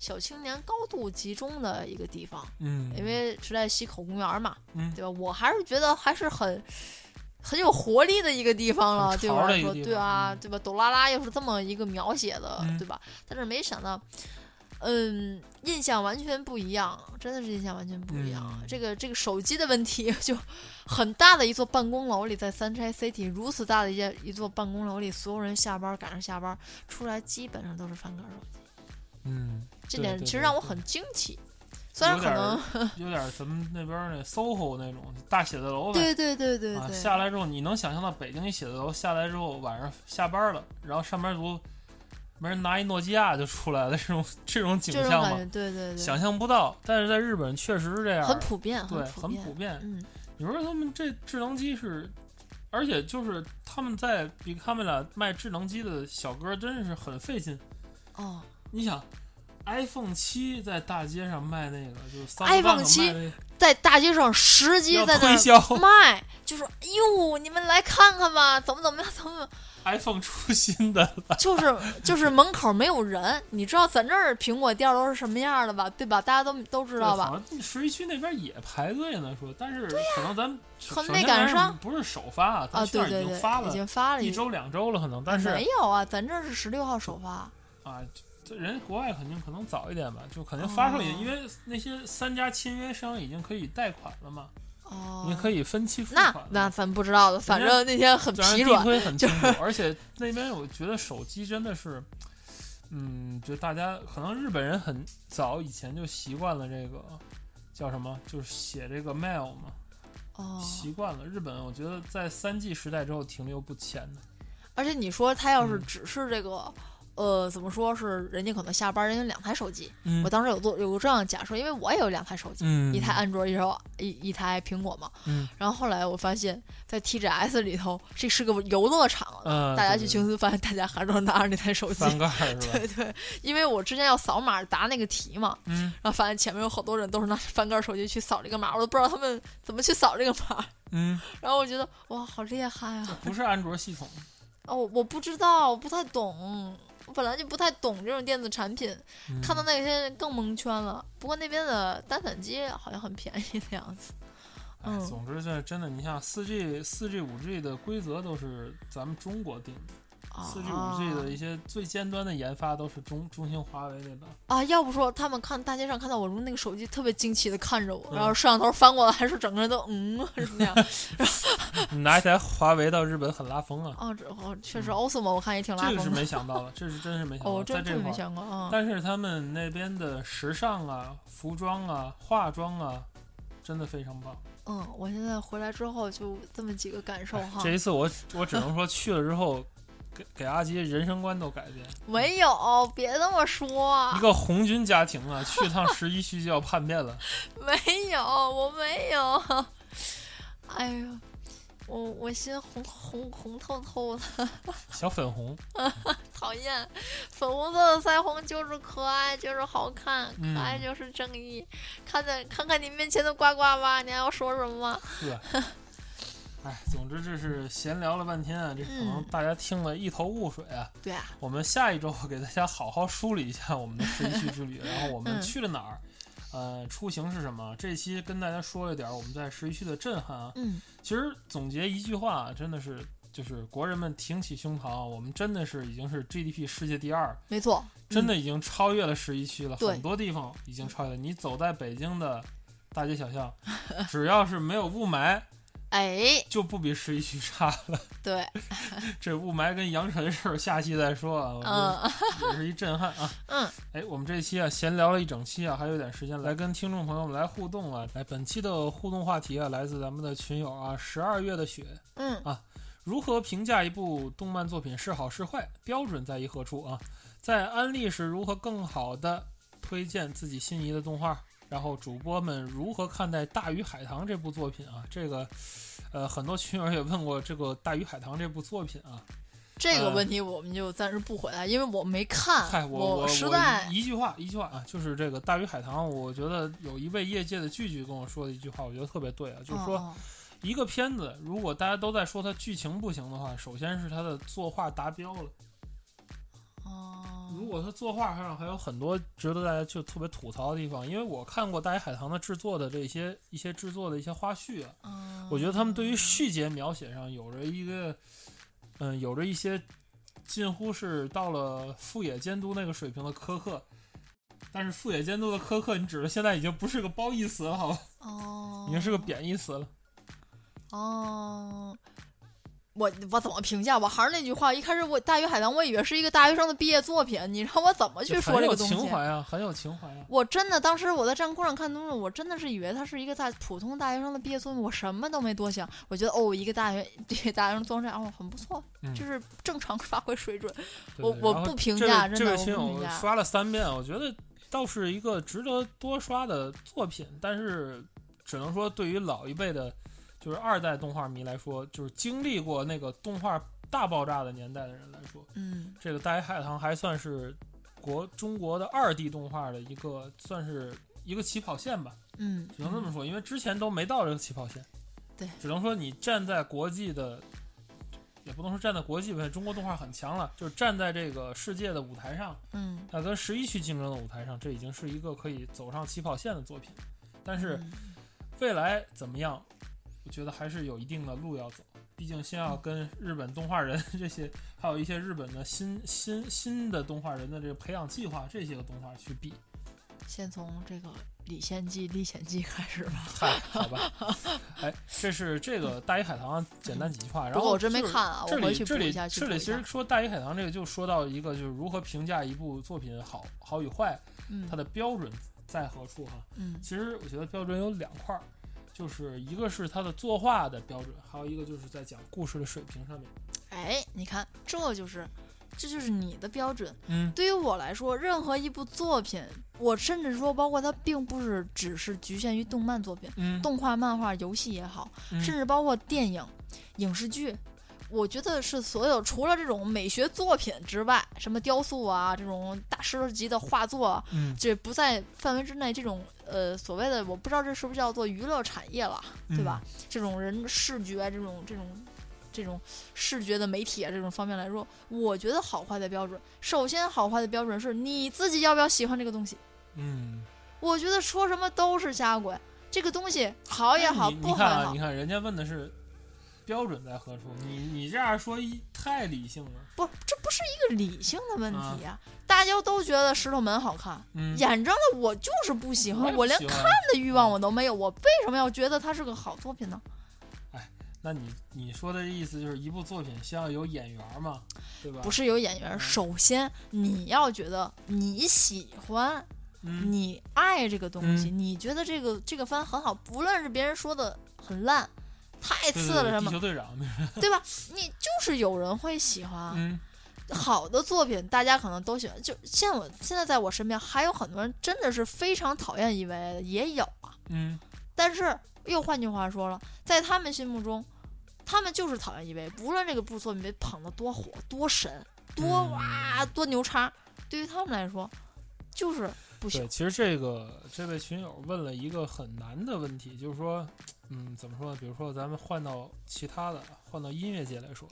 Speaker 2: 小青年高度集中的一个地方，
Speaker 1: 嗯，
Speaker 2: 因为池袋西口公园嘛，
Speaker 1: 嗯
Speaker 2: 对吧？我还是觉得还是很。很有活力的一个地方了，
Speaker 1: 很
Speaker 2: 对
Speaker 1: 潮
Speaker 2: 我来
Speaker 1: 的一个
Speaker 2: 说，
Speaker 1: 地
Speaker 2: 对
Speaker 1: 方
Speaker 2: 啊，
Speaker 1: 嗯
Speaker 2: 对吧？朵拉拉又是这么一个描写的，
Speaker 1: 嗯
Speaker 2: 对吧？但是没想到，嗯，印象完全不一样，真的是印象完全不一样。
Speaker 1: 嗯
Speaker 2: 这个这个手机的问题， (laughs) 就很大的一座办公楼里，在三拆 City 如此大的一间一座办公楼里，所有人下班赶上下班出来，基本上都是翻个手机，
Speaker 1: 嗯，
Speaker 2: 这
Speaker 1: 对
Speaker 2: 点
Speaker 1: 对
Speaker 2: 其实
Speaker 1: 对
Speaker 2: 让我
Speaker 1: 对
Speaker 2: 很惊奇。虽然
Speaker 1: 有
Speaker 2: 可
Speaker 1: 点
Speaker 2: 能
Speaker 1: 儿，有点儿咱们那边儿那 SOHO 那种大写字楼呗。
Speaker 2: 对对对对
Speaker 1: 啊，
Speaker 2: 对，
Speaker 1: 下来之后，你能想象到北京一写字楼下来之后，晚上下班了，然后上班族没人拿一诺基亚就出来了，这种这种景
Speaker 2: 这种
Speaker 1: 象
Speaker 2: 感觉，
Speaker 1: 吗？
Speaker 2: 对对对，
Speaker 1: 想象不到，但是在日本确实是这样，
Speaker 2: 很普遍，
Speaker 1: 对，
Speaker 2: 普
Speaker 1: 很
Speaker 2: 遍，
Speaker 1: 普遍。
Speaker 2: 嗯，
Speaker 1: 你说他们这智能机是，而且就是他们在比他们俩卖智能机的小哥真是很费劲。
Speaker 2: 哦，
Speaker 1: 你想，iPhone 七在大街上卖那个，就是三
Speaker 2: iPhone 7在大街上十机
Speaker 1: 要
Speaker 2: 在那
Speaker 1: 推
Speaker 2: 儿
Speaker 1: 销
Speaker 2: 卖，就说哎呦，你们来看看吧，怎么怎么样，怎么怎么样。
Speaker 1: (laughs) iPhone 出新的了，
Speaker 2: 就是就是门口没有人，你知道咱这儿苹果店都是什么样的吧？对吧？大家都都知道吧？
Speaker 1: 好像十一区那边也排队呢，说，但是可能咱们
Speaker 2: 可能没赶上，
Speaker 1: 不是首发啊，
Speaker 2: 啊，
Speaker 1: 咱
Speaker 2: 对
Speaker 1: 券
Speaker 2: 对
Speaker 1: 已
Speaker 2: 对
Speaker 1: 经发，
Speaker 2: 已
Speaker 1: 了
Speaker 2: 经发了
Speaker 1: 一
Speaker 2: 一
Speaker 1: 周两周了，可能，但是
Speaker 2: 没有啊，咱这儿是十六号首发，
Speaker 1: 啊，这人国外肯定可能早一点吧，就肯定发售也，
Speaker 2: 哦
Speaker 1: 因为那些三家签约商已经可以贷款了嘛，
Speaker 2: 哦，
Speaker 1: 你可以分期付款
Speaker 2: 那
Speaker 1: 了。
Speaker 2: 那咱不知道了，反正那天很
Speaker 1: 当然
Speaker 2: 疲
Speaker 1: 地
Speaker 2: 软，
Speaker 1: 推很
Speaker 2: 就
Speaker 1: 清楚，而且那边我觉得手机真的是，嗯，就大家可能日本人很早以前就习惯了这个叫什么，就是写这个 mail 嘛，
Speaker 2: 哦，
Speaker 1: 习惯了。日本我觉得在三 G 时代之后停留不前的，
Speaker 2: 而且你说他要是
Speaker 1: 嗯
Speaker 2: 只是这个。呃，怎么说是人家可能下班，人家两台手机。
Speaker 1: 嗯
Speaker 2: 我当时有做有个这样的假设，因为我也有两台手机，
Speaker 1: 嗯
Speaker 2: 一台安卓，一台一一台苹果嘛。
Speaker 1: 嗯
Speaker 2: 然后后来我发现，在 TGS 里头，这是个游乐场，
Speaker 1: 嗯，
Speaker 2: 大家
Speaker 1: 对
Speaker 2: 去
Speaker 1: 对
Speaker 2: 琼斯发现大家还是拿着那台手
Speaker 1: 对
Speaker 2: 机。
Speaker 1: 翻盖儿是吧？
Speaker 2: (laughs) 对对，因为我之前要扫码答那个题嘛，
Speaker 1: 嗯
Speaker 2: 然后发现前面有好多人都是拿着翻盖手机去扫这个码，我都不知道他们怎么去扫这个码。
Speaker 1: (laughs) 嗯，
Speaker 2: (laughs) 然后我觉得哇，好厉害啊！
Speaker 1: 不是安卓系统，
Speaker 2: 哦，我不知道，我不太懂，我本来就不太懂这种电子产品，
Speaker 1: 嗯
Speaker 2: 看到那些人更蒙圈了。不过那边的单反机好像很便宜的样子。
Speaker 1: 哎，
Speaker 2: 嗯
Speaker 1: 总之这真的，你像四 G、四 G、五 G 的规则都是咱们中国定的，
Speaker 2: 啊哦
Speaker 1: 四 G、五 G 的一些最尖端的研发都是中中兴、华为那边。 (laughs)
Speaker 2: 啊，要不说他们看大街上看到我用那个手机，特别惊奇的看着我，
Speaker 1: 嗯
Speaker 2: 然后摄像头翻过来，还是整个人都嗯是那样。
Speaker 1: 你拿一台华为到日本很拉风啊，
Speaker 2: 哦，这哦确实 awesome，我看也挺拉
Speaker 1: 这个是
Speaker 2: 风的。啊
Speaker 1: 没想到的，这是真是没想到，
Speaker 2: 哦，
Speaker 1: 在
Speaker 2: 真
Speaker 1: 这
Speaker 2: 真
Speaker 1: 块
Speaker 2: 没
Speaker 1: 儿。
Speaker 2: 想过啊。嗯
Speaker 1: 但是他们那边的时尚啊、服装啊、化妆啊，真的非常棒。
Speaker 2: 嗯，我现在回来之后就这么几个感受哈
Speaker 1: 哎这，一次我我只能说去了之后，给给阿基人生观都改变。
Speaker 2: 没有，别这么说
Speaker 1: 一，个红军家庭啊，去一趟十一区就要叛变了。 (laughs)
Speaker 2: (laughs) 没有，我没有。 (laughs) 哎呦，我我心红红红透透的，
Speaker 1: 小粉红，
Speaker 2: (laughs) 讨厌。粉红色的腮红就是可爱，就是好看，
Speaker 1: 嗯
Speaker 2: 可爱就是正义。看在看看你面前的呱呱吧，你还要说什么？
Speaker 1: 呵，哎，总之这是闲聊了半天啊，这可能
Speaker 2: 嗯
Speaker 1: 大家听了一头雾水啊。
Speaker 2: 对啊，
Speaker 1: 我们下一周给大家好好梳理一下我们的十一区之旅，然后我们
Speaker 2: 嗯
Speaker 1: 去了哪儿，呃，出行是什么？这期跟大家说一点儿我们在十一区的震撼啊。
Speaker 2: 嗯，
Speaker 1: 其实总结一句话啊，真的是就是国人们挺起胸膛啊，我们真的是已经是 GDP 世界第二，
Speaker 2: 没错，
Speaker 1: 真的已经超越了十一区了，
Speaker 2: 嗯对
Speaker 1: 很多地方已经超越了。你走在北京的大街小
Speaker 2: (laughs)
Speaker 1: 巷，只要是没有雾霾，
Speaker 2: 哎，
Speaker 1: 就不比十一区差了。 (laughs)
Speaker 2: 对，
Speaker 1: 这雾霾跟扬尘事儿下期再说啊，我
Speaker 2: 嗯
Speaker 1: 们，也是一震撼啊。
Speaker 2: 嗯，
Speaker 1: 哎，我们这期啊闲聊了一整期啊，还有点时间来跟听众朋友们来互动啊。来，本期的互动话题啊，来自咱们的群友啊，十二月的雪，
Speaker 2: 嗯，
Speaker 1: 如何评价一部动漫作品是好是坏？标准在于何处啊？在安利时如何更好的推荐自己心仪的动画？然后主播们如何看待《大鱼海棠》这部作品啊？这个，呃，很多群友也问过这个《大鱼海棠》这部作品啊。
Speaker 2: 这个问题我们就暂时不回答，因为我没看，
Speaker 1: 嗨，我我
Speaker 2: 啊实在
Speaker 1: 一句话一句话啊，就是这个《大鱼海棠》，我觉得有一位业界的句句跟我说的一句话，我觉得特别对啊，就是说。
Speaker 2: 哦
Speaker 1: 一个片子，如果大家都在说它剧情不行的话，首先是它的作画达标了。
Speaker 2: 哦，
Speaker 1: 如果它作画上还有很多值得大家就特别吐槽的地方，因为我看过《大鱼海棠》的制作的这些一些制作的一些花絮啊，
Speaker 2: 嗯
Speaker 1: 我觉得他们对于细节描写上有着一个，嗯，有着一些近乎是到了富野监督那个水平的苛刻。但是富野监督的苛刻，你指的现在已经不是个褒义词了，好吧？
Speaker 2: 哦，
Speaker 1: 已经是个贬义词了。
Speaker 2: 哦，我我怎么评价？我还是那句话，一开始我《大鱼海棠》，我以为是一个大学生的毕业作品，你让我怎么去说
Speaker 1: 很
Speaker 2: 这
Speaker 1: 有
Speaker 2: 个东西？
Speaker 1: 情怀啊，很有情怀啊。
Speaker 2: 我真的当时我在站库上看东西，我真的是以为它是一个大普通大学生的毕业作品，我什么都没多想，我觉得哦，一个大学 (laughs) 对大学生装这样，哦，很不错，
Speaker 1: 嗯
Speaker 2: 就是正常发挥水准。
Speaker 1: 对
Speaker 2: 我
Speaker 1: 对
Speaker 2: 我
Speaker 1: 然后
Speaker 2: 不评
Speaker 1: 这
Speaker 2: 价
Speaker 1: 位
Speaker 2: 真
Speaker 1: 这
Speaker 2: 的
Speaker 1: 位
Speaker 2: 我
Speaker 1: 亲
Speaker 2: 不
Speaker 1: 友
Speaker 2: 评价
Speaker 1: 刷了三遍，我觉得倒是一个值得多刷的作品，但是只能说对于老一辈的，就是二代动画迷来说，就是经历过那个动画大爆炸的年代的人来说，
Speaker 2: 嗯，
Speaker 1: 这个《大鱼海棠》还算是国中国的二 D 动画的一个算是一个起跑线吧。
Speaker 2: 嗯，
Speaker 1: 只能这么说，因为之前都没到这个起跑线。
Speaker 2: 对，
Speaker 1: 只能说你站在国际的，也不能说站在国际吧，中国动画很强了，就是站在这个世界的舞台上，
Speaker 2: 嗯，
Speaker 1: 那跟十一区竞争的舞台上，这已经是一个可以走上起跑线的作品。但
Speaker 2: 嗯
Speaker 1: 是未来怎么样，我觉得还是有一定的路要走。毕竟先
Speaker 2: 嗯
Speaker 1: 要跟日本动画人 (laughs) 这些，还有一些日本的新新新的动画人的这个培养计划这些个动画去比。
Speaker 2: 先从这个《李仙记》《历险记》开始吧。
Speaker 1: 嗨，好吧，哎，这是这个大鱼海棠啊简单几句话，然
Speaker 2: 不
Speaker 1: 后
Speaker 2: 过我真没
Speaker 1: 就是
Speaker 2: 看啊，
Speaker 1: 这
Speaker 2: 我回
Speaker 1: 里
Speaker 2: 去补
Speaker 1: 这
Speaker 2: 一
Speaker 1: 里
Speaker 2: 下。去
Speaker 1: 这
Speaker 2: 补
Speaker 1: 里
Speaker 2: 一
Speaker 1: 其实
Speaker 2: 下
Speaker 1: 说大鱼海棠这个就说到一个就是如何评价一部作品好好与坏，
Speaker 2: 嗯
Speaker 1: 它的标准在何处哈、
Speaker 2: 嗯
Speaker 1: 其实我觉得标准有两块儿，就是一个是它的作画的标准，还有一个就是在讲故事的水平上面。
Speaker 2: 哎，你看，这就是，这就是你的标准。
Speaker 1: 嗯，
Speaker 2: 对于我来说，任何一部作品，我甚至说，包括它并不是只是局限于动漫作品，
Speaker 1: 嗯，
Speaker 2: 动画、漫画、游戏也好，
Speaker 1: 嗯
Speaker 2: 甚至包括电影、影视剧。我觉得是所有除了这种美学作品之外，什么雕塑啊，这种大师级的画作啊，
Speaker 1: 嗯
Speaker 2: 这不在范围之内。这种呃所谓的，我不知道这是不是叫做娱乐产业了，
Speaker 1: 嗯
Speaker 2: 对吧？这种人视觉啊这种这种这种视觉的媒体啊这种方面来说，我觉得好坏的标准，首先好坏的标准是你自己要不要喜欢这个东西。
Speaker 1: 嗯，
Speaker 2: 我觉得说什么都是瞎鬼，这个东西好也好，
Speaker 1: 你
Speaker 2: 不
Speaker 1: 你
Speaker 2: 好
Speaker 1: 看
Speaker 2: 也
Speaker 1: 啊，
Speaker 2: 好
Speaker 1: 你，看人家问的是标准在何处，你你这样说一太理性了。
Speaker 2: 不，这不是一个理性的问题呀、大家都觉得石头门好看，
Speaker 1: 啊嗯，
Speaker 2: 眼睁的我就是不喜欢，我连看
Speaker 1: 看
Speaker 2: 的欲
Speaker 1: 嗯
Speaker 2: 望我都没有，我为什么要觉得它是个好作品呢？
Speaker 1: 那你你说的意思就是一部作品先要有演员嘛，对吧？
Speaker 2: 不，是有演员，
Speaker 1: 嗯
Speaker 2: 首先你要觉得你喜欢，
Speaker 1: 嗯，
Speaker 2: 你爱这个东西，你觉得这个这个番很好，不论是别人说的很烂，太
Speaker 1: 对
Speaker 2: 次
Speaker 1: 对
Speaker 2: 了啊
Speaker 1: 对
Speaker 2: 什
Speaker 1: 地
Speaker 2: 么，
Speaker 1: 球队长，
Speaker 2: 对吧？你就是有人会喜欢啊。
Speaker 1: (laughs) 嗯
Speaker 2: 好的作品，大家可能都喜欢。就像我现在在我身边，还有很多人真的是非常讨厌 EVA 的，也有啊。
Speaker 1: 嗯，
Speaker 2: 但是又换句话说了，在他们心目中，他们就是讨厌 EVA，不论这个部作品被捧得多火、多神、多
Speaker 1: 嗯
Speaker 2: 哇、多牛叉，对于他们来说，就是不
Speaker 1: 嗯
Speaker 2: 行
Speaker 1: 对，。其实这个这位群友问了一个很难的问题，就是说，嗯，怎么说呢？比如说咱们换到其他的，换到音乐界来说，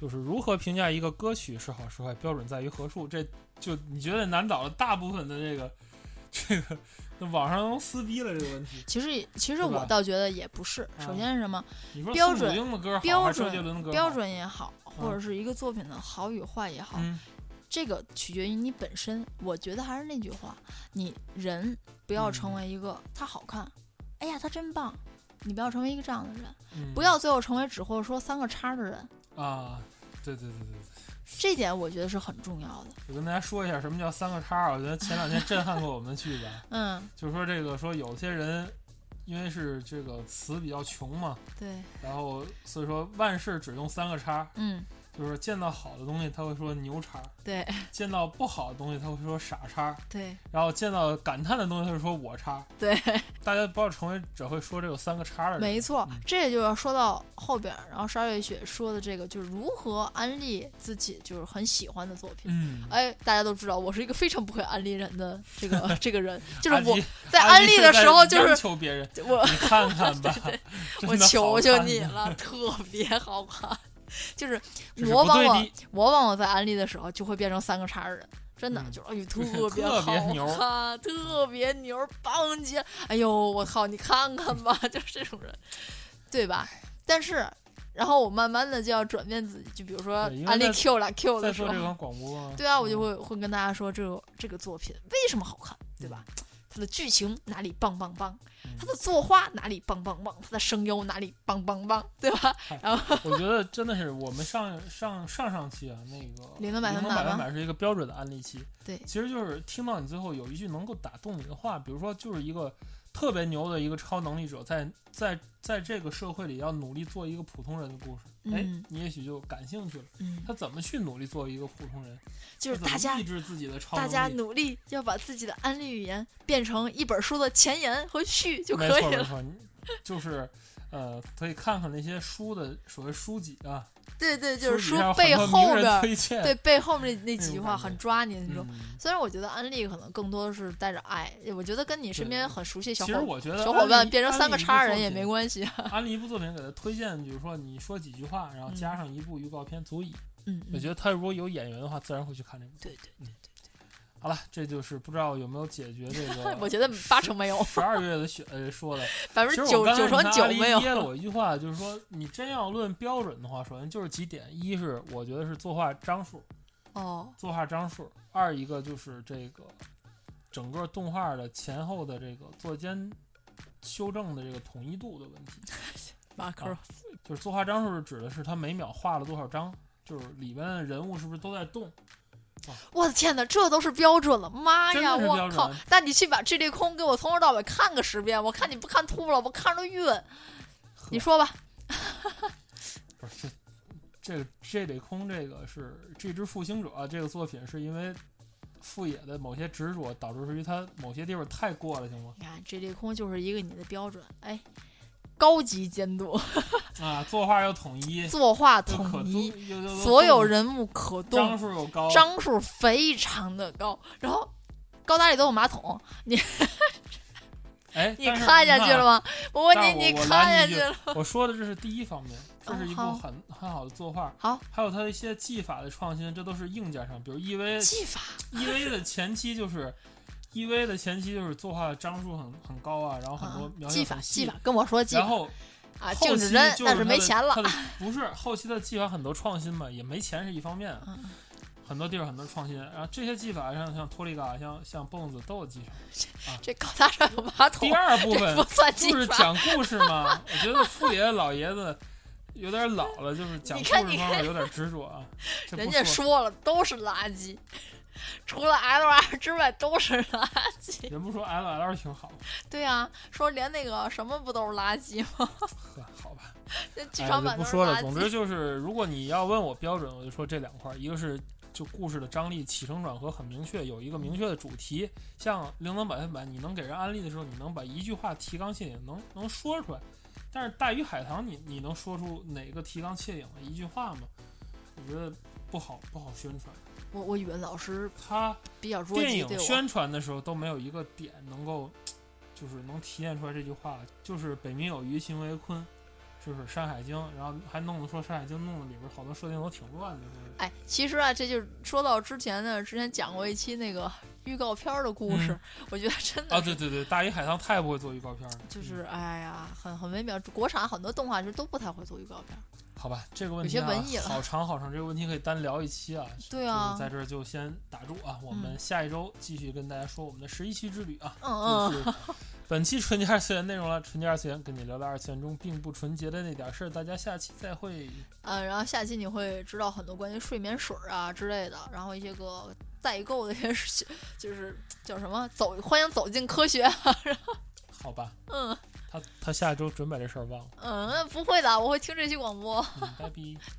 Speaker 1: 就是如何评价一个歌曲是好是坏，标准在于何处？这就你觉得难倒了大部分的这个 (laughs) 这个，那网上都撕逼了这个问题。
Speaker 2: 其实也，其实
Speaker 1: 对吧
Speaker 2: 我倒觉得也不是。
Speaker 1: 啊
Speaker 2: 首先是什么？
Speaker 1: 你说
Speaker 2: 标
Speaker 1: 宋祖
Speaker 2: 准
Speaker 1: 英的歌好，
Speaker 2: 标
Speaker 1: 还是周
Speaker 2: 准
Speaker 1: 杰伦的歌好，
Speaker 2: 标准也好，或者是一个作品的好与坏也好，
Speaker 1: 嗯
Speaker 2: 这个取决于你本身。我觉得还是那句话，你人不要成为一个他好看，哎呀他真棒，你不要成为一个这样的人，
Speaker 1: 嗯，
Speaker 2: 不要最后成为只会说三个叉的人。
Speaker 1: 啊，对对对对对。
Speaker 2: 这点我觉得是很重要的。
Speaker 1: 我跟大家说一下什么叫三个叉儿。我觉得前两天震撼过我们的剧本，
Speaker 2: 嗯，
Speaker 1: 就是说这个说有些人因为是这个词比较穷嘛，
Speaker 2: 对，
Speaker 1: 然后所以说万事只用三个叉儿。
Speaker 2: 嗯，
Speaker 1: 就是见到好的东西他会说牛叉，
Speaker 2: 对
Speaker 1: 见到不好的东西他会说傻叉，
Speaker 2: 对
Speaker 1: 然后见到感叹的东西他就说我叉。
Speaker 2: 对，
Speaker 1: 大家不要成为只会说这有三个叉的人。
Speaker 2: 没错
Speaker 1: 嗯，
Speaker 2: 这也就要说到后边儿，然后沙月雪说的这个就是如何安利自己就是很喜欢的作品。
Speaker 1: 嗯，
Speaker 2: 哎，大家都知道我是一个非常不会安利人的这 (laughs) 个这个人， (laughs) 就是
Speaker 1: 阿
Speaker 2: 我
Speaker 1: 基
Speaker 2: 在
Speaker 1: 阿
Speaker 2: 安
Speaker 1: 基
Speaker 2: 利
Speaker 1: 是
Speaker 2: 的时候就
Speaker 1: 央
Speaker 2: 是
Speaker 1: 求别人，
Speaker 2: 我
Speaker 1: 你看看
Speaker 2: (laughs)
Speaker 1: 吧， (laughs) 真
Speaker 2: 我
Speaker 1: 的好
Speaker 2: 求求
Speaker 1: 看
Speaker 2: 你， (laughs) 了，特别好看。
Speaker 1: (laughs)
Speaker 2: 就是
Speaker 1: 这是
Speaker 2: 我
Speaker 1: 不
Speaker 2: 往
Speaker 1: 对
Speaker 2: 我
Speaker 1: 的
Speaker 2: 我往我在安利的时候，就会变成三个叉儿人，真的、
Speaker 1: 嗯
Speaker 2: 就是哎
Speaker 1: (laughs)
Speaker 2: 呦
Speaker 1: 是
Speaker 2: 特别
Speaker 1: 特
Speaker 2: 好
Speaker 1: 别牛
Speaker 2: 看，特别牛，棒极了！哎呦，我靠，你看看吧， (laughs) 就是这种人，对吧？但是，然后我慢慢的就要转变自己，就比如说
Speaker 1: 对因为
Speaker 2: 安利
Speaker 1: 在
Speaker 2: Q 了 Q
Speaker 1: 再
Speaker 2: 的时
Speaker 1: 说这
Speaker 2: 候，
Speaker 1: 个广播啊，
Speaker 2: (laughs) 对啊，我就
Speaker 1: 嗯
Speaker 2: 会会跟大家说这个这个作品为什么好看，对吧？它的剧情哪里棒棒棒
Speaker 1: 嗯，
Speaker 2: 它的作画哪里棒棒棒，它的声优哪里棒棒棒，对吧？
Speaker 1: 我觉得真的是我们上上上上期啊，那个
Speaker 2: 灵能百分
Speaker 1: 灵能
Speaker 2: 百
Speaker 1: 百分
Speaker 2: 吗
Speaker 1: 百是一个标准的案例期。
Speaker 2: 对
Speaker 1: 其实就是听到你最后有一句能够打动你的话，比如说就是一个特别牛的一个超能力者，在在在这个社会里要努力做一个普通人的故事，哎、
Speaker 2: 嗯
Speaker 1: 你也许就感兴趣了。
Speaker 2: 嗯，
Speaker 1: 他怎么去努力做一个普通人？
Speaker 2: 就是
Speaker 1: 他怎么
Speaker 2: 大家
Speaker 1: 抑制自己的超
Speaker 2: 大家
Speaker 1: 能力。
Speaker 2: 努力要把自己的安利语言变成一本书的前言和序就
Speaker 1: 没
Speaker 2: 可以
Speaker 1: 错没
Speaker 2: 了。
Speaker 1: 错，你就是呃，可以看看那些书的所谓书籍啊，
Speaker 2: 对对，就是
Speaker 1: 书
Speaker 2: 书
Speaker 1: 籍上有
Speaker 2: 背
Speaker 1: 很多
Speaker 2: 后
Speaker 1: 名人
Speaker 2: 边儿，
Speaker 1: 推荐，
Speaker 2: 对背后面那那几
Speaker 1: 种
Speaker 2: 句话
Speaker 1: 感觉
Speaker 2: 很抓你那种。
Speaker 1: 嗯。
Speaker 2: 虽然我觉得安利可能更多的是带着爱，我觉得跟你身边
Speaker 1: 对
Speaker 2: 很熟悉的小
Speaker 1: 其实
Speaker 2: 伙
Speaker 1: 我觉得
Speaker 2: 小伙
Speaker 1: 安
Speaker 2: 伴
Speaker 1: 利
Speaker 2: 变成三个叉人也没。
Speaker 1: 安利一部作品
Speaker 2: 关系。啊
Speaker 1: 安利一部作品给他推荐，比如说你说几句话，然后加上一部预告片足矣。
Speaker 2: 嗯，
Speaker 1: 我觉
Speaker 2: 得
Speaker 1: 得他如果有眼缘的话，自然会去看这部。嗯
Speaker 2: 对对，
Speaker 1: 好了，这就是不知道有没有解决这个。
Speaker 2: (laughs) 我觉得八成没有，
Speaker 1: (laughs) 十二月的雪呃说的，
Speaker 2: 百分
Speaker 1: 其实
Speaker 2: 之
Speaker 1: 我
Speaker 2: 九
Speaker 1: 刚才
Speaker 2: 九
Speaker 1: 你看
Speaker 2: 成
Speaker 1: 阿
Speaker 2: 九
Speaker 1: 狸
Speaker 2: 没有。
Speaker 1: 噎了我一句话，就是说你真要论标准的话，首先就是几点：一是我觉得是作画张数，
Speaker 2: 哦，
Speaker 1: 作画张数；二一个就是这个整个动画的前后的这个作间修正的这个统一度的问题。
Speaker 2: 马克
Speaker 1: 啊就是作画张数指的是他每秒画了多少张，就是里边的人物是不是都在动？
Speaker 2: 我的天哪，这都是标准了，妈呀，
Speaker 1: 真的是标
Speaker 2: 我
Speaker 1: 准
Speaker 2: 靠！但你去把《智利空》给我从头到尾看个十遍，我看你不看吐了，我看着都晕。
Speaker 1: 呵
Speaker 2: 你说吧，
Speaker 1: 不是这这个这得空这个是这只复兴者、这个作品是因为富野的某些执着导致于他某些地方太过了，行吗？
Speaker 2: 你看《智利空》就是一个你的标准，哎，高级监
Speaker 1: (laughs)
Speaker 2: 督，
Speaker 1: 啊，作画要统一，
Speaker 2: 作画
Speaker 1: 又可
Speaker 2: 统一，
Speaker 1: 动又又又
Speaker 2: 所有
Speaker 1: 动
Speaker 2: 人物可
Speaker 1: 张
Speaker 2: 动，
Speaker 1: 数又高，
Speaker 2: 张数非常的高，然后。高达里都有马桶，
Speaker 1: 哎，
Speaker 2: 你
Speaker 1: 但是
Speaker 2: 看下去了
Speaker 1: 吗？
Speaker 2: 吗？我问
Speaker 1: 但我
Speaker 2: 你，你
Speaker 1: 我
Speaker 2: 看
Speaker 1: 拦
Speaker 2: 下
Speaker 1: 你一
Speaker 2: 去
Speaker 1: 句
Speaker 2: 了
Speaker 1: (laughs)
Speaker 2: 吗？ (laughs)
Speaker 1: 我说的这是第一方面，这
Speaker 2: 哦
Speaker 1: 是一部
Speaker 2: 好
Speaker 1: 很、很好的作画。
Speaker 2: 好，
Speaker 1: 还有它的一些技法的创新，这都是硬件上，比如 E EV
Speaker 2: 技法
Speaker 1: EV 的前期就是，EV 的前期就是作画张数很很高啊，然后很多
Speaker 2: 啊，
Speaker 1: 描写
Speaker 2: 技法
Speaker 1: 很细
Speaker 2: 技法，跟我说技
Speaker 1: 然
Speaker 2: 法
Speaker 1: 后
Speaker 2: 啊，
Speaker 1: 后
Speaker 2: 静
Speaker 1: 期
Speaker 2: 止针，
Speaker 1: 就是
Speaker 2: 但
Speaker 1: 它的
Speaker 2: 没钱了
Speaker 1: 它。的不是后期的技法很多创新嘛，也没钱是一方面，
Speaker 2: 嗯
Speaker 1: 很多地方很多创新，然后这些技法像像托利嘎、像像蹦子都有技法。
Speaker 2: (laughs) 这高大上有马桶
Speaker 1: 第，二部
Speaker 2: 这不
Speaker 1: 分
Speaker 2: 算技
Speaker 1: 就是
Speaker 2: 法。
Speaker 1: 讲故事嘛，我觉得富爷老爷子。有点老了，就是讲
Speaker 2: 你
Speaker 1: 故
Speaker 2: 看
Speaker 1: 事
Speaker 2: 你
Speaker 1: 方面有点执着
Speaker 2: (laughs)
Speaker 1: 啊。这不
Speaker 2: 人家
Speaker 1: 说，
Speaker 2: 说了，都是垃圾，除了 L R 之外都是垃圾。
Speaker 1: 人不说 L L 挺好，
Speaker 2: 对啊，说连那个什么不都是垃圾吗？
Speaker 1: 呵，好吧。
Speaker 2: 那剧
Speaker 1: 哎，
Speaker 2: 场
Speaker 1: 就
Speaker 2: 版
Speaker 1: 不
Speaker 2: 都是
Speaker 1: 说
Speaker 2: 垃
Speaker 1: 了。
Speaker 2: 圾。
Speaker 1: 总之就是，如果你要问我标准，我就说这两块儿，一个是就故事的张力起承转合很明确，有一个明确的主题。像《灵能百分百》，你能给人安利的时候，你能把一句话提纲挈领，能能说出来。但是《大鱼海棠》你，你能说出哪个提纲挈领的一句话吗？我觉得不好，不好宣传。
Speaker 2: 我我语文老师
Speaker 1: 它
Speaker 2: 比较捉
Speaker 1: 电
Speaker 2: 急，
Speaker 1: 影
Speaker 2: 对我
Speaker 1: 宣传的时候都没有一个点能够，就是能体现出来这句话，就是“北冥有鱼，行为鲲”，就是《山海经》，然后还弄得说《山海经》弄得里边好多设定都挺乱的，就是
Speaker 2: 哎，其实啊，这就是说到之前呢，之前讲过一期那个预告片儿的故事，我觉得真的
Speaker 1: 啊，对对对，大鱼海棠太不会做预告片了，
Speaker 2: 就是哎呀，很很微妙。国产很多动画其实都不太会做预告片儿。
Speaker 1: 嗯好吧，这个问题
Speaker 2: 有些文艺
Speaker 1: 啊，
Speaker 2: 了
Speaker 1: 好长好长，这个问题可以单聊一期啊，
Speaker 2: 对
Speaker 1: 就
Speaker 2: 啊
Speaker 1: 是，在这儿就先打住啊，我们下一周继续跟大家说我们的十一期之旅啊。就
Speaker 2: 嗯嗯，
Speaker 1: 是 (laughs) 本期纯洁二次元内容了，纯洁二次元跟你聊聊二次元中并不纯洁的那点事儿，大家下期再会。
Speaker 2: 呃，然后下期你会知道很多关于睡眠水儿啊之类的，然后一些个代购的一些事情， (laughs) 就是叫什么走，欢迎走进科学。啊 (laughs)
Speaker 1: 好吧，
Speaker 2: 嗯
Speaker 1: 他他下周准把这事儿忘了，
Speaker 2: 嗯，不会的，我会听这期广播。
Speaker 1: 嗯，拜拜。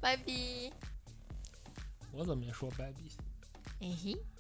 Speaker 2: 拜拜。
Speaker 1: 我怎么也说白比？
Speaker 2: 哎嘿。